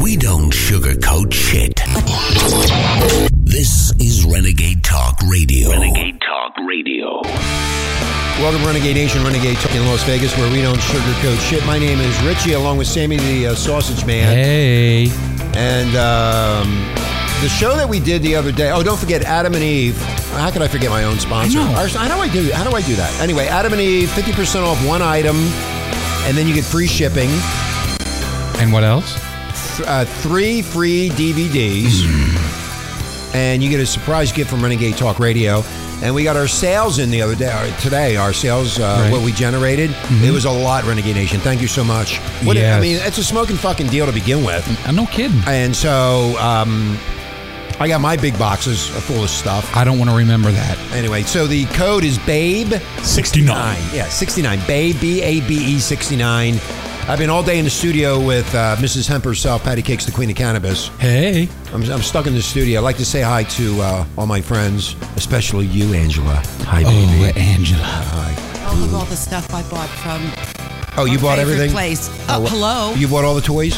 We don't sugarcoat shit. This is Renegade Talk Radio. Renegade Talk Radio. Welcome, Renegade Nation, Renegade Talk in Las Vegas, where we don't sugarcoat shit. My name is Richie, along with Sammy the uh, Sausage Man. Hey. And um, the show that we did the other day, oh, don't forget Adam and Eve. How could I forget my own sponsor? I know. Our- how do I do How do I do that? Anyway, Adam and Eve, 50% off one item, and then you get free shipping, And what else? th- uh, three free DVDs, and you get a surprise gift from Renegade Talk Radio. And we got our sales in the other day, or today, our sales, uh, Right. Mm-hmm. what we generated. It was a lot, Renegade Nation. Thank you so much. What I Yes. mean, it's a smoking fucking deal to begin with. I'm Uh, no kidding. And so um, I got my big boxes full of stuff. I don't want to remember that. Anyway, so the code is BABE69. 69. Yeah, 69. BABE, B A B E 69. I've been all day in the studio with uh, Mrs. Hemp herself, Patty Cakes, the Queen of Cannabis. Hey. I'm, I'm stuck in the studio. I'd like to say hi to uh, all my friends, especially you, Angela. Hi, Oh, baby. Angela. all of all the stuff I bought from Oh, you our bought favorite everything? Place. Oh, Oh, what- hello. You bought all the toys?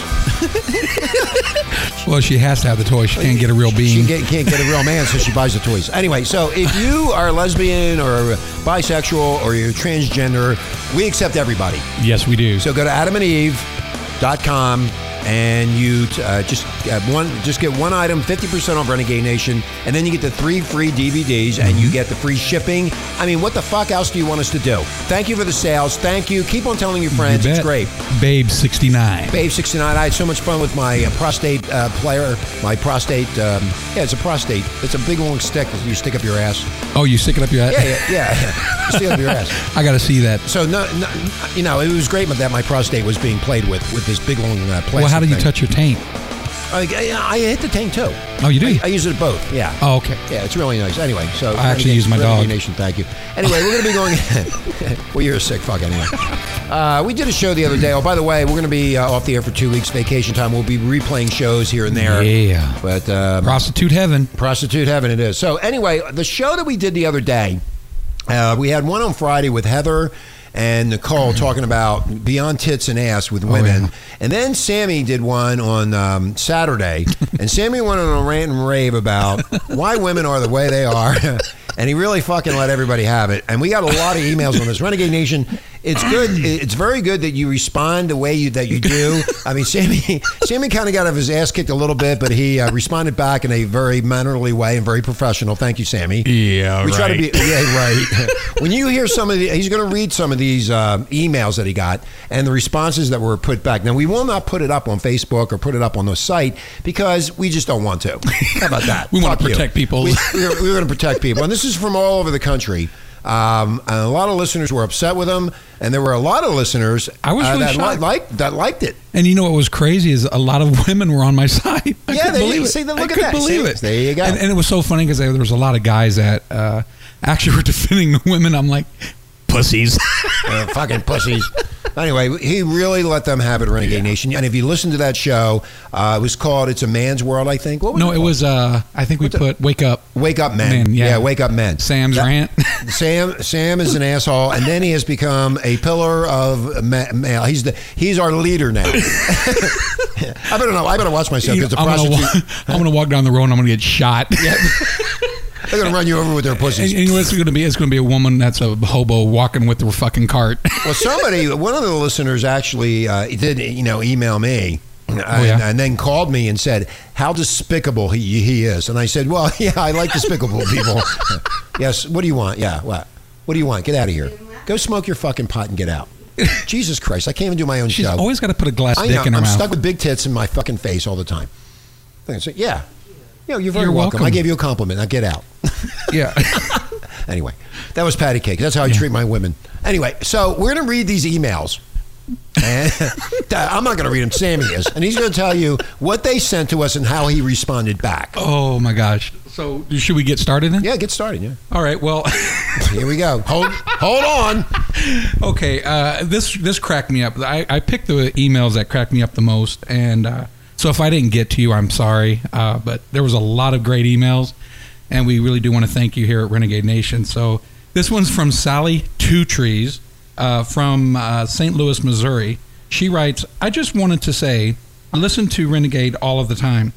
Well, she has to have the toy. She can't get a real She bean. get, can't get a real man, so she buys the toys. Anyway, so if you are lesbian or bisexual or you're transgender, we accept everybody. Yes, we do. So go to adamandeve.com and you uh, just uh, one just get one item 50% off Renegade Nation and then you get the three free DVDs and Mm-hmm. you get the free shipping. I mean, what the fuck else do you want us to do? Thank you for the sales. Thank you. Keep on telling your You friends. bet. It's great. Babe 69. Babe 69. I had so much fun with my uh, prostate uh, player, my prostate. Um, yeah, it's a prostate. It's a big long stick that you stick up your ass. Oh, you stick it up your Yeah, yeah, yeah. you stick it up your ass. I got to see that. So no, no, you know, it was great that my prostate was being played with with this big long uh, plastic. Well, how do you thing. touch your taint? I, I, I hit the tank too. Oh, you do? I, I use it both. Yeah. Oh, okay. Yeah, it's really nice. Anyway, so I actually Renegade- use my Renegade dog. Nation, thank you. Anyway, we're going to be going. well, you're a sick fuck anyway. Uh, we did a show the other day. Oh, by the way, we're going to be uh, off the air for two weeks, vacation time. We'll be replaying shows here and there. Yeah. But um, Prostitute heaven. prostitute heaven it is. So anyway, the show that we did the other day, uh, we had one on Friday with Heather. And Nicole talking about beyond tits and ass with women, yeah. and then Sammy did one on um, Saturday, and Sammy went on a rant and rave about why women are the way they are, and he really fucking let everybody have it. And we got a lot of emails on this. Renegade Nation, it's good. It's very good that you respond the way you, that you do. I mean, Sammy, Sammy kind of got of his ass kicked a little bit, but he uh, responded back in a very mannerly way and very professional. Thank you, Sammy. Yeah, We try to be yeah right. when you hear some of the, he's going to read some of these uh, emails that he got and the responses that were put back. Now we will not put it up on Facebook or put it up on the site because we just don't want to. How about that? We wanna Fuck you. protect people. We, we're we're going to protect people, and this is from all over the country. Um, and a lot of listeners were upset with him, and there were a lot of listeners uh, I was really that li- shocked. liked that liked it. And you know what was crazy is a lot of women were on my side. I Yeah, there couldn't you- believe it. see, look I at couldn't that. believe See, it. there you go. And, and it was so funny because there was a lot of guys that uh, actually were defending the women. I'm like, pussies. Uh, fucking pussies. Anyway, he really let them have it, Renegade Nation. And if you listen to that show, uh, it was called "It's a Man's World," I think. What was no, it was. Uh, I think we put "Wake Up." "Wake Up Men." Men, yeah. yeah. "Wake Up Men." Sam's That- rant. Sam Sam is an asshole, and then he has become a pillar of ma- male. He's the he's our leader now. I better know. I better watch myself You because know, the I'm, gonna prostitute wa- I'm gonna walk down the road and I'm gonna get shot. they're going to run you over with their and, pussies. and you know, it's gonna be it's gonna be a woman that's a hobo walking with her fucking cart. Well, somebody, one of the listeners actually uh, did, you know, email me. And, Oh, yeah? and then called me and said how despicable he he is, and I said, "Well, yeah, I like despicable people." yes. What do you want? Yeah. What? What do you want? Get out of here. Go smoke your fucking pot and get out. Jesus Christ! I can't even do my own She's show. always got to put a glass I dick know. in her I'm mouth. stuck with big tits in my fucking face all the time. I said, yeah. Yeah, you're very You're welcome. welcome. I gave you a compliment. Now get out. Yeah. Anyway, that was patty cake. That's how I treat my women. Anyway, so we're gonna read these emails. And I'm not gonna read them. Sammy is, and he's gonna tell you what they sent to us and how he responded back. oh my gosh. So should we get started then? Yeah, get started. Yeah, All right. Well. here we go. Hold, hold on. Okay, uh, this this cracked me up. I, I picked the emails that cracked me up the most, and uh, so if I didn't get to you, I'm sorry. Uh, but there was a lot of great emails, and we really do want to thank you here at Renegade Nation. So this one's from Sally Two Trees uh, from uh, St. Louis, Missouri. She writes, "I just wanted to say." listen to Renegade all of the time.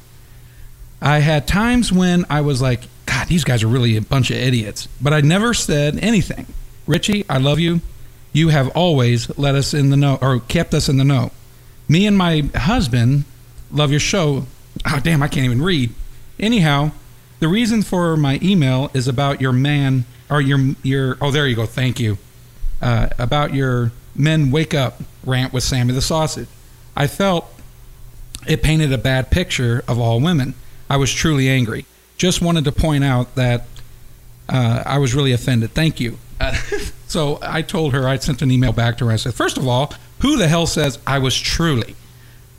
I had times when I was like, God, these guys are really a bunch of idiots. But I never said anything. Richie, I love you. You have always let us in the know or kept us in the know. Me and my husband love your show. Oh, damn, I can't even read. Anyhow, the reason for my email is about your man or your your. Oh, there you go. Thank you. Uh, about your men wake up rant with Sammy the Sausage. I felt it painted a bad picture of all women. I was truly angry. Just wanted to point out that uh, I was really offended. Thank you. Uh, so I told her, I sent an email back to her. I said, first of all, who the hell says I was truly?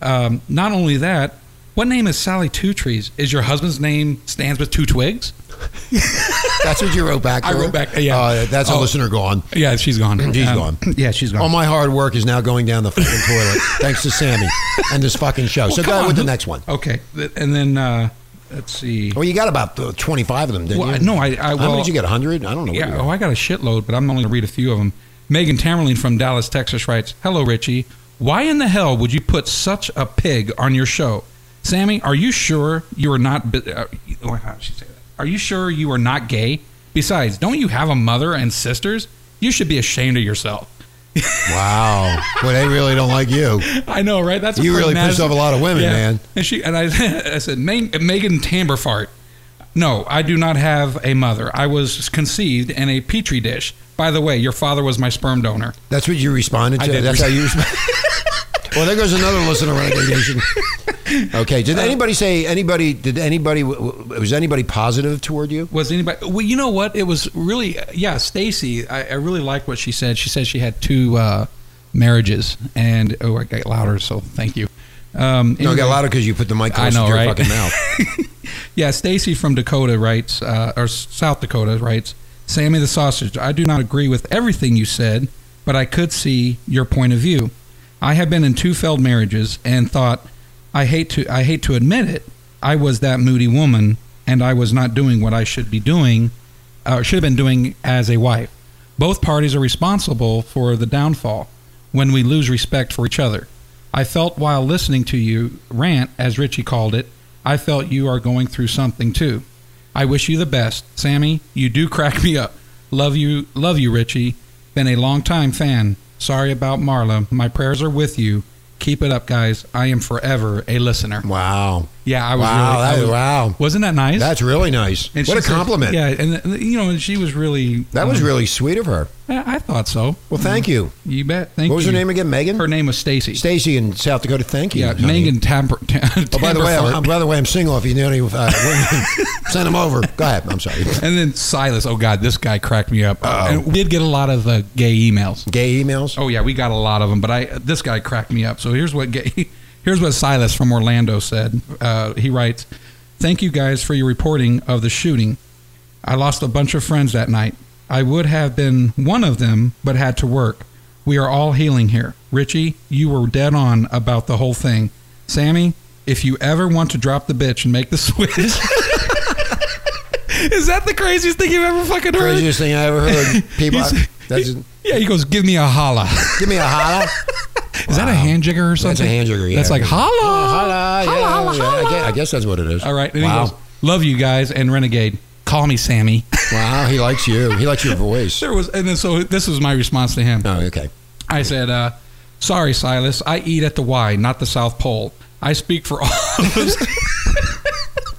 Um, not only that, what name is Sally Two Trees? Is your husband's name stands with two twigs? That's what you wrote back. I to her? wrote back, yeah. Uh, that's a Oh. listener gone. Yeah, she's gone. She's Um, gone. Yeah, she's gone. All my hard work is now going down the fucking toilet, thanks to Sammy and this fucking show. so Well, go come ahead on, with the who- next one. Okay, th- and then uh, let's see. Well, you got about uh, 25 of them, didn't Well, I- you? no, I- I- How well- many did you get? 100? I don't know. what you Yeah, got. oh, I got a shitload, but I'm only going to read a few of them. Megan Tamerlane from Dallas, Texas writes Hello, Richie. Why in the hell would you put such a pig on your show? Sammy, are you sure you are not. bi- Uh, oh, how did she say that? Are you sure you are not gay? Besides, don't you have a mother and sisters? You should be ashamed of yourself. Wow. Well, they really don't like you. I know, right? That's a You really pretty pissed nasty- off a lot of women, man. And she and I, I said, "Ma- Megan Tamberfart. No, I do not have a mother. I was conceived in a petri dish. By the way, your father was my sperm donor. That's what you responded I to? did That's re- how you responded? well, there goes another listener recommendation. Okay. Uh, Did anybody say, anybody, did anybody, w- w- was anybody positive toward you? Was anybody? Well, you know what? It was really yeah. Stacy, I, I really liked what she said. She said she had two uh, marriages, and oh, I got louder. So thank you. Um, No, I got anyway. louder because you put the mic I closer know, to your right? fucking mouth. Yeah, Stacy from Dakota writes, uh, or South Dakota writes, Sammy the Sausage, I do not agree with everything you said, but I could see your point of view. I have been in two failed marriages and thought, I hate to, I hate to admit it, I was that moody woman and I was not doing what I should be doing, uh, or should have been doing as a wife. Both parties are responsible for the downfall when we lose respect for each other. I felt while listening to you rant, as Richie called it, I felt you are going through something too. I wish you the best, Sammy. You do crack me up. Love you, love you, Richie. Been a long time fan. Sorry about Marla. My prayers are with you. Keep it up, guys. I am forever a listener. Wow. Yeah, I was Wow, really. I that- was- wow. Wasn't that nice? That's really nice. And what she a said- compliment. yeah, and uh, you know, and she was really. That was um, really sweet of her. I I thought so. Well, thank you. You bet. Thank you. What was her name again? Megan? Her name was Stacy. Stacy in South Dakota. Thank you. yeah, honey. Megan Tamper. Oh, by the way, I'm, I'm- by the way, I'm single. If you know any, uh, women, send them over. Go ahead. I'm sorry. And then Silas, oh God, this guy cracked me up. Oh. And we did get a lot of uh, gay emails. Gay emails. Oh yeah, we got a lot of them. But I, this guy cracked me up. So here's what gay, here's what Silas from Orlando said. Uh, he writes, "Thank you guys for your reporting of the shooting. I lost a bunch of friends that night. I would have been one of them, but had to work. We are all healing here. Richie, you were dead on about the whole thing. Sammy, if you ever want to drop the bitch and make the switch." Is that the craziest thing you've ever fucking heard? Craziest thing I ever heard. People, He's- that's, he- yeah, he goes, give me a holla. give me a holla. Is that a Wow. hand jigger or something? That's a hand jigger, yeah. That's like holla. Oh, holla. Yeah, holla, yeah, I, guess, I guess that's what it is. All right. And Wow. he goes, love you guys and renegade. Call me Sammy. wow. He likes you. He likes your voice. there was, and then so this was my response to him. Oh, okay. I said, uh, sorry, Silas, I eat at the Y, not the South Pole. I speak for all of us.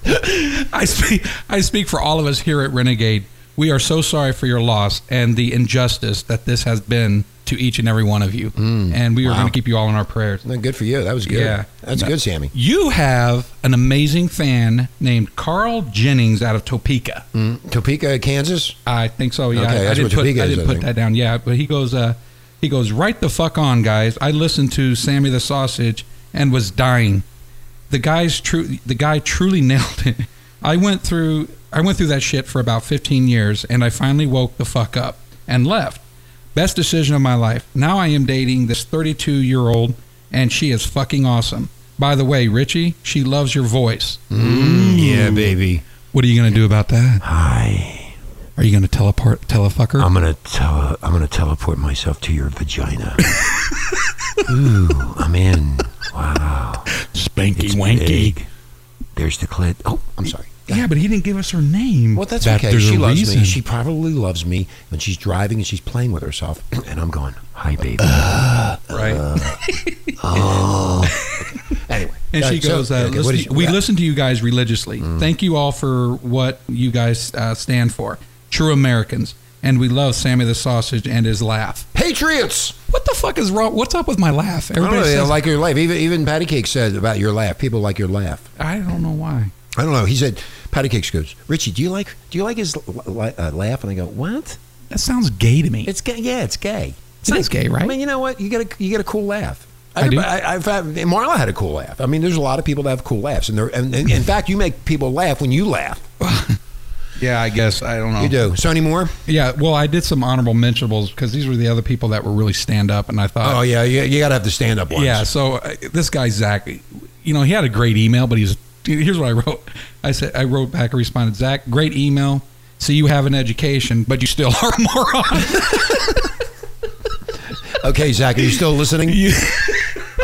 I speak, I speak for all of us here at Renegade. We are so sorry for your loss and the injustice that this has been to each and every one of you. and we are Hmm. wow. going to keep you all in our prayers. No, good for you. That was good. Yeah. That's good, Sammy. You have an amazing fan named Carl Jennings out of Topeka. Mm. Topeka, Kansas. I think so. Yeah, Okay, I- I, that's didn't what put Topeka I is, didn't I put think. that down. Yeah, but he goes. Uh, he goes right the fuck on, guys. I listened to Sammy the Sausage and was dying. The guy's true. The guy truly nailed it. I went through. I went through that shit for about 15 years, and I finally woke the fuck up and left. Best decision of my life. Now I am dating this 32 year old, and she is fucking awesome. By the way, Richie, she loves your voice. Mm, Yeah, baby. What are you gonna do about that? Hi. Are you gonna teleport, telefucker? gonna tele- I'm gonna teleport myself to your vagina. Ooh, I'm in. Wow. Spanky It's Wanky. big. There's the clit. Oh, I'm sorry. Yeah, but he didn't give us her name. Well, that's That okay. there's She a loves reason. me. She probably loves me when she's driving and she's playing with herself. and I'm going, hi, baby. Uh, right. Oh. anyway. And she Uh, so- goes, uh, okay, what listen- is- we yeah. Mm. listen to you guys religiously. Thank you all for what you guys uh, stand for. True Americans. And we love Sammy the Sausage and his laugh. Patriots! What the fuck is wrong? What's up with my laugh? I don't know, Everybody they says, like your laugh. Even, even Patty Cake said about your laugh. People like your laugh. I don't know why. I don't know. He said, Patty Cakes goes, Richie, do you like do you like his l- li- uh, laugh? And I go, what? That sounds gay to me. It's gay. Yeah, it's gay. It is gay, right? I mean, you know what? You got a you got a cool laugh. I do. Everybody- I, I've had, Marla had a cool laugh. I mean, there's a lot of people that have cool laughs, and, they're, and, and in fact, you make people laugh when you laugh. yeah, I guess I don't know. You do. Sonny Moore. Yeah, well, I did some honorable mentionables because these were the other people that were really stand up, and I thought, oh yeah, you, you got to have the stand up ones. Yeah, so uh, this guy Zach, you know, he had a great email, but he's here's what I wrote. I said I wrote back and responded, Zach, great email. So you have an education, but you still are a moron. Okay, Zach, are you still listening?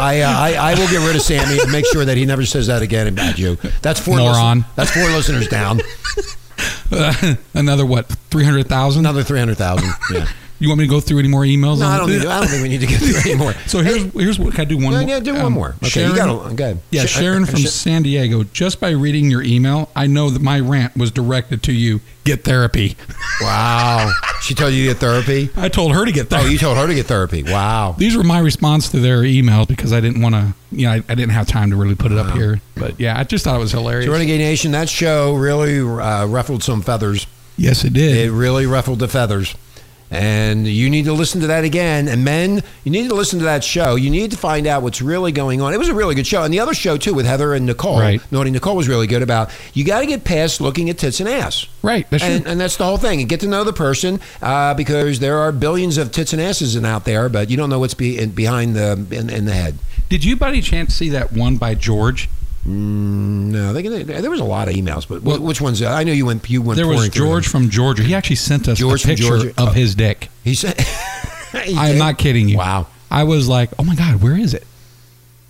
I, uh, I I will get rid of Sammy and make sure that he never says that again about you. That's four. Moron. listen- that's four listeners down. Another what, three hundred thousand? Another three hundred thousand. Yeah. You want me to go through any more emails? No, on I don't. this? Need to, I don't think we need to get through anymore. So here's here's what can I do one Yeah, more? yeah, do one um, more. Okay, you got a- go ahead. Yeah, Sh- Sharon uh, from Sh- San Diego. Just by reading your email, I know that my rant was directed to you. Get therapy. Wow. She told you to get therapy. I told her to get Oh, therapy. you told her to get therapy. Wow. These were my response to their emails because I didn't want to, you know, I, I didn't have time to really put it up Uh-huh. here. But yeah, I just thought it was hilarious. So Renegade Nation, that show really uh, ruffled some feathers. yes, it did. It really ruffled the feathers. And you need to listen to that again. And men, you need to listen to that show. You need to find out what's really going on. It was a really good show. And the other show, too, with Heather and Nicole. Right. Naughty Nicole was really good about you got to get past looking at tits and ass. right. That's and, true. and that's the whole thing. And get to know the person uh, because there are billions of tits and asses in out there, but you don't know what's be, in, behind the in, in the head. Did you by any chance see that one by George? No, they, they, there was a lot of emails, but wh- which ones? I know you went. You went. There was pouring through George them. from Georgia. He actually sent us George a from picture Georgia. of his dick. He said, I am not kidding you. Wow. I was like, oh my God, where is it?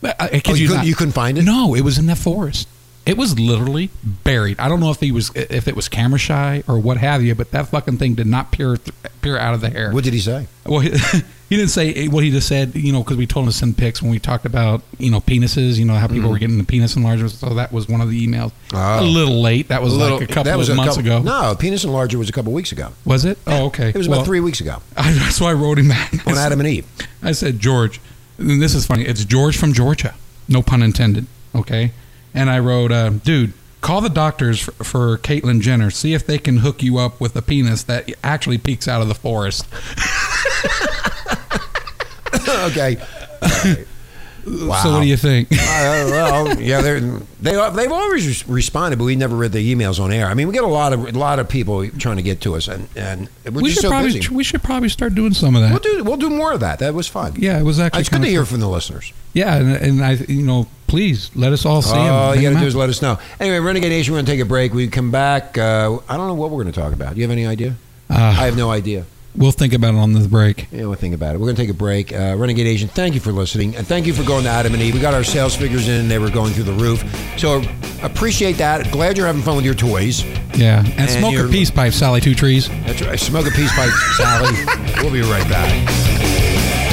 But uh, I, I kid Oh, you couldn't- not. you couldn't find it? No, it was in that forest. It was literally buried. I don't know if he was if it was camera shy or what have you, but that fucking thing did not peer th- peer out of the hair. What did he say? Well, he, he didn't say what he just said, you know, because we told him to send pics when we talked about, you know, penises, you know, how people Mm-hmm. were getting the penis enlargements. So that was one of the emails. Oh. A little late. That was like a couple that was of a months couple- ago. No, penis enlarger was a couple weeks ago. Was it? Oh, okay. It was Well, about three weeks ago I, so I wrote him back. on Adam and Eve. I said, George, and this is funny. It's George from Georgia. No pun intended. Okay. And I wrote, uh, dude, call the doctors for, for Caitlyn Jenner. See if they can hook you up with a penis that actually peeks out of the forest. okay. Wow. So what do you think? Uh, well, yeah, they're, they are, they've always res- responded, but we never read the emails on air. I mean, we get a lot of a lot of people trying to get to us, and and we're we just should so probably busy. we should probably start doing some of that. We'll do we'll do more of that. That was fun. Yeah, it was actually it's good to kinda hear cool. from the listeners. Yeah, and, and I you know please let us all see him. All Bring you him got to do out. is Uh, let us know. Anyway, Renegade Nation, we're going to take a break. We come back. Uh, I don't know what we're going to talk about. Do you have any idea? Uh, I have no idea. we'll think about it on the break. Yeah, we'll think about it. We're going to take a break. Uh, Renegade Asian, thank you for listening. And thank you for going to Adam and Eve. We got our sales figures in, and they were going through the roof. So appreciate that. Glad you're having fun with your toys. Yeah, and, And smoke a you're- peace pipe, Sally Two Trees. That's right. Smoke a piece pipe, Sally. We'll be right back.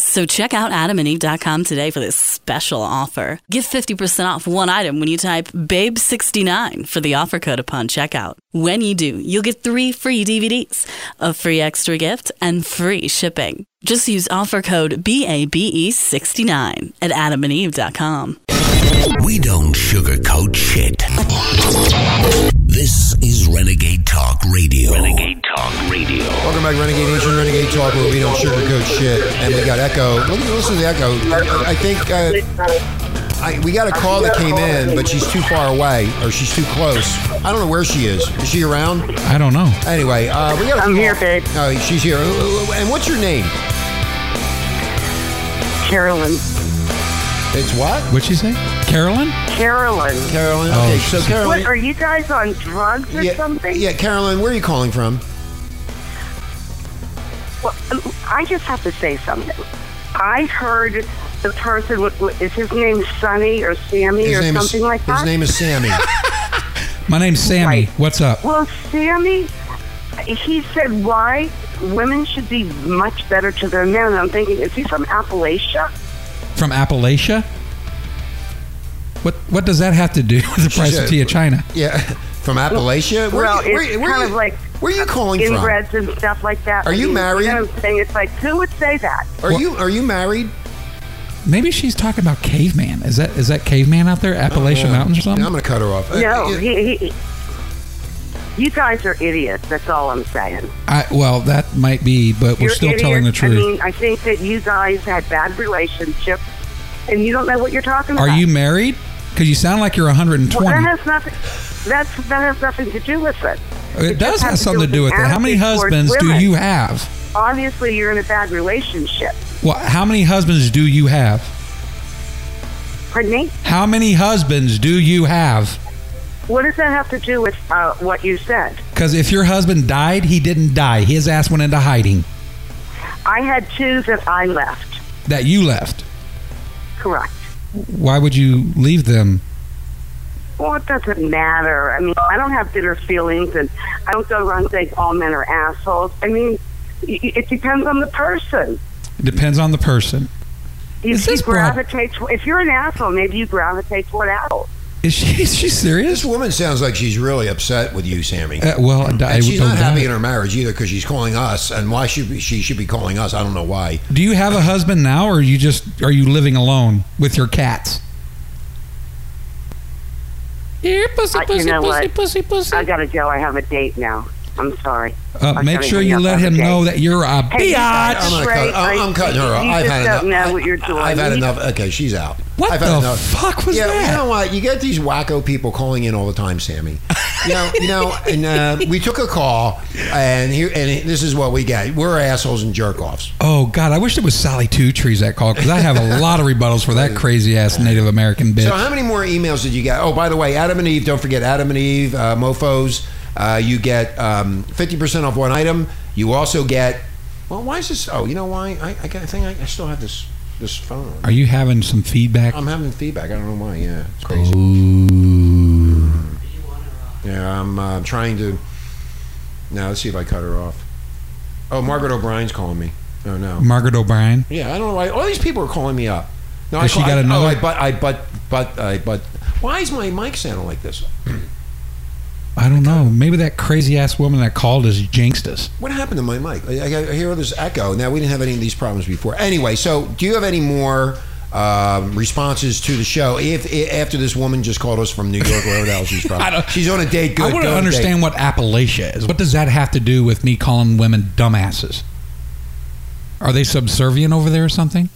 So check out adamandeve.com today for this special offer. Get 50% off one item when you type BABE69 for the offer code upon checkout. When you do, you'll get three free DVDs, a free extra gift, and free shipping. Just use offer code BABE69 E at adamandeve.com. We don't sugarcoat shit. This is Renegade Talk Radio. Renegade Talk Radio. Welcome back, Renegade Nation, Renegade Talk, where we don't sugarcoat shit. And we got Echo. Look at listen to the Echo. I think uh, I, we got a call that came in, but she's too far away or she's too close. I don't know where she is. Is she around? I don't know. Anyway, uh, we got. A I'm here, babe. Oh, she's here. And what's your name? Carolyn. It's what? What'd she say? Carolyn? Carolyn. Carolyn. Okay, so What, Carolyn. are you guys on drugs or Yeah, something? yeah, Carolyn, where are you calling from? Well, um, I just have to say something. I heard the person, what- what- is his name Sonny or Sammy or name something is, like that? His name is Sammy. My name's Sammy. Right. What's up? well, Sammy, he said why women should be much better to their men. I'm thinking, is he from Appalachia? From Appalachia? What what does that have to do with the price a- of tea of China? yeah, from Appalachia. Where, well, you- where, it's where kind you- of like Where are you calling from? inbreds and stuff like that. Are I you mean, married? You know what I'm saying? It's like, who would say that? Are you are you married? Maybe she's talking about caveman. Is that is that caveman out there? Appalachian Mountains or Yeah, something? Oh. I'm gonna cut her off. Uh, No, uh, he, he. You guys are idiots. That's all I'm saying. I, well, that might be, but we're You're still idiots. telling the I truth. mean, I think that you guys had bad relationships, and you don't know what you're talking Are about. you married? Because you sound like you're 120. Well, that has nothing. That's that has nothing to do with it. it does just have has to something to do with it. How many attitude towards husbands do women. you have? Obviously, you're in a bad relationship. Well, how many husbands do you have? Pardon me. How many husbands do you have? What does that have to do with uh, what you said? Because if your husband died, he didn't die. His ass went into hiding. I had two that I left. That you left. Correct. Why would you leave them? Well, it doesn't matter. I mean, I don't have bitter feelings, and I don't go around saying all men are assholes. I mean, y- y- it depends on the person. It depends on the person. Is If you this broad- gravitate, to- if you're an asshole, maybe you gravitate toward assholes. Is she? Is she This serious? woman sounds like she's really upset with you, Sammy. Uh, well, I, I and she's don't not happy in doubt her marriage either because she's calling us. And why should be, she should be calling us? I don't know why. it. Do you have a husband now, or are you just are you living alone with your cats? Here, pussy, Uh, you know what? I gotta go. I have a date now. I'm sorry. Uh, I'm make gonna sure hang you up let on him the know that you're a Hey, you biatch. guys are I'm, gonna Right, cut, I'm, I- I'm cutting her off. you I've just had don't enough. know what you're doing. I've had You- enough. Okay, she's out. What I've the had enough. fuck was yeah, that? You know what? You get these wacko people calling in all the time, Sammy. You know, you know, and uh, we took a call, and here, and this is what we get. We're assholes and jerk offs. Oh God, I wish it was Sally Two Trees that called because I have a lot of rebuttals for that crazy ass Native American bitch. So how many more emails did you get? Oh, by the way, Adam and Eve. Don't forget Adam and Eve uh, Mofos. Uh, you get fifty percent off one item. You also get. Well, why is this? Oh, you know why? I, I got- I think I, I still have this this phone. Are you having some feedback? I'm having feedback. I don't know why. Yeah, it's crazy. Yeah, I'm uh, trying to. Now let's see if I cut her off. Oh, Margaret O'Brien's calling me. Oh no. Margaret O'Brien. Yeah, I don't know why all these people are calling me up. No, Has I call- she got I, another- Oh, I but I but but I but. Why is my mic sounding like this? I don't know. Maybe that crazy ass woman that called us jinxed us. What happened to my mic? I, I- I hear this echo. Now we didn't have any of these problems before. Anyway, so do you have any more um, responses to the show? If, i after this woman just called us from New York, wherever the hell she's from, I don't- she's on a date. Good. I want go on to a date. understand what Appalachia is. What does that have to do with me calling women dumbasses? Are they subservient over there or something?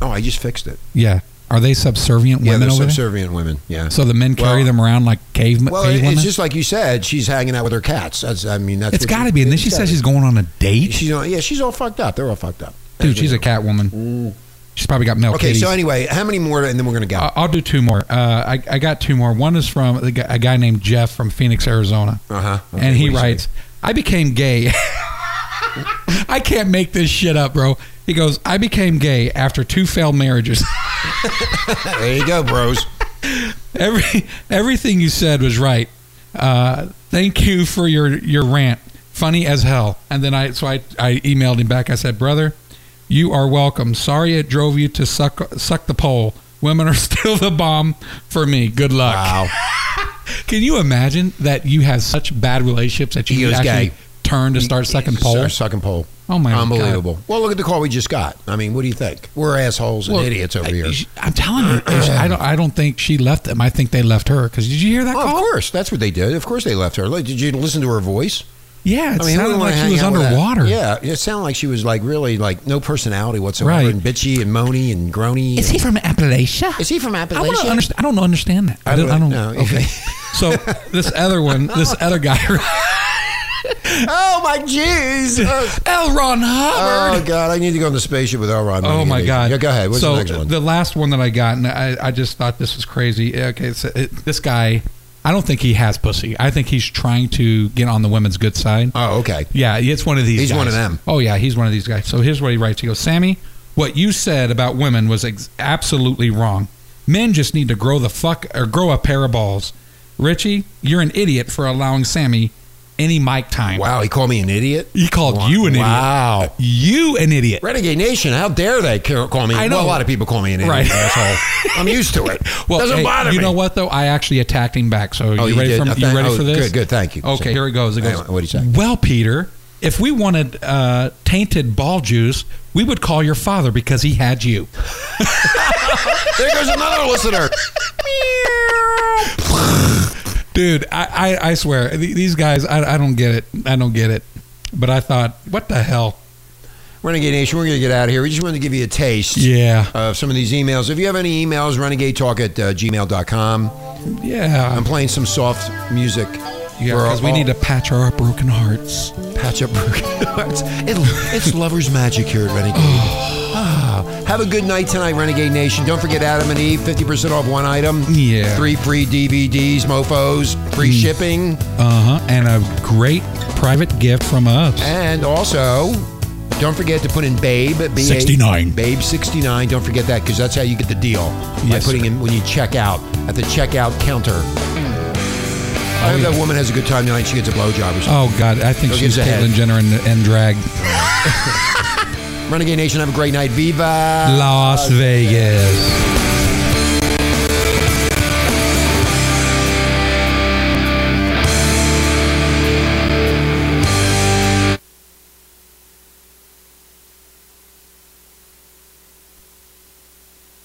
Oh, I just fixed it. Yeah. Are they subservient Yeah, women they're over there? subservient women. Yeah. So the men carry Well- them around like cavemen. well, cave it, women? it's just like you said. She's hanging out with her cats. That's. I mean, that's. it's what got she- to be. And then she it's says gotta she's going on a be. date. She's on, yeah, she's all fucked up. They're all fucked up. Mm. Dude, she's a cat woman. She's probably got milk. Okay, so anyway, how many more, and then we're gonna go. I- I'll do two more. Uh, I, I got two more. One is from a guy, a guy named Jeff from Phoenix, Arizona. Uh-huh. Okay, Uh, and what'd he he writes, I became gay. I can't make this shit up, bro. He goes, I became gay after two failed marriages. there you go, bros. Every everything you said was right. Uh, thank you for your your rant. Funny as hell. And then I so I I emailed him back. I said, brother, You are welcome. Sorry it drove you to suck suck the pole. Women are still the bomb for me. Good luck. Wow. Can you imagine that you have such bad relationships that He you goes actually gay. turn to start sucking pole? Sorry, Sucking pole. Oh, my God. Unbelievable. Well, look at the call we just got. I mean, what do you think? We're assholes and Well, idiots over here. I, am telling you, I don't. I don't think she left them. I think they left her. Because did you hear that Oh, call? of course. That's what they did. Of course they left her. Like, did you listen to her voice? Yeah, it who sounded wouldn't wanna like she hang was out with that? underwater. Yeah, it sounded like she was like really like no personality whatsoever Right. and bitchy and moany and groany. Is he and- from Appalachia? Is he from I, wanna Appalachia? underst- I don't understand that. I, I don't. I don't don't know. Okay. so this other one, this other guy, oh my jeez. oh L. Ron Hubbard. god, I need to go on the spaceship with Elrond. Oh my god! Oh, Yeah, go ahead. What's so the next one? the last one that I got, and I, I just thought this was crazy. Yeah, Okay, so it, this guy, I don't think he has pussy. I think he's trying to get on the women's good side. oh, okay. Yeah, it's one of these. He's guys. one of them. Oh yeah, he's one of these guys. So here's what he writes. He goes, Sammy, what you said about women was ex- absolutely wrong. Men just need to grow the fuck or grow a pair of balls. Richie, you're an idiot for allowing Sammy any mic time. Wow, he called me an idiot. He called you an idiot. Wow. You an idiot. Renegade Nation, how dare they ca- call me? I know. Well, a lot of people call me an idiot, Right. asshole. I'm used to it. Well, Doesn't hey, bother you me. know what though? I actually attacked him back. So Oh, you, you ready did? for Oh, you thank- ready oh, for this? good, good. Thank you. Okay, here it goes. It goes. Anyway, what'd he say? Well, Peter, if we wanted uh, tainted ball juice, we would call your father because he had you. There goes another listener. Dude, I, I, I swear, th- these guys, I, I don't get it. I don't get it. But I thought, what the hell? Renegade Nation, we're going to get out of here. We just wanted to give you a taste Yeah. of some of these emails. If you have any emails, renegadetalk at uh, gmail.com. Yeah. I'm playing some soft music. Yeah, for because we all- need to patch our broken hearts. patch up. it's, it- it's lover's magic here at Renegade. Oh. Ah. Have a good night tonight, Renegade Nation. Don't forget Adam and Eve, 50% off one item. Yeah. Mm. Three free DVDs, mofos, free shipping. Uh huh. And a great private gift from us. And also, don't forget to put in Babe. B A- 69. Babe 69. Don't forget that because that's how you get the deal. Yes, By putting sir. in when you check out at the checkout counter. Mm. I hope that woman has a good time tonight. She gets a blowjob or something. Oh, God. I think Go she's get your head. Caitlyn Jenner and, and drag. Renegade Nation, have a great night. Viva. Las Vegas.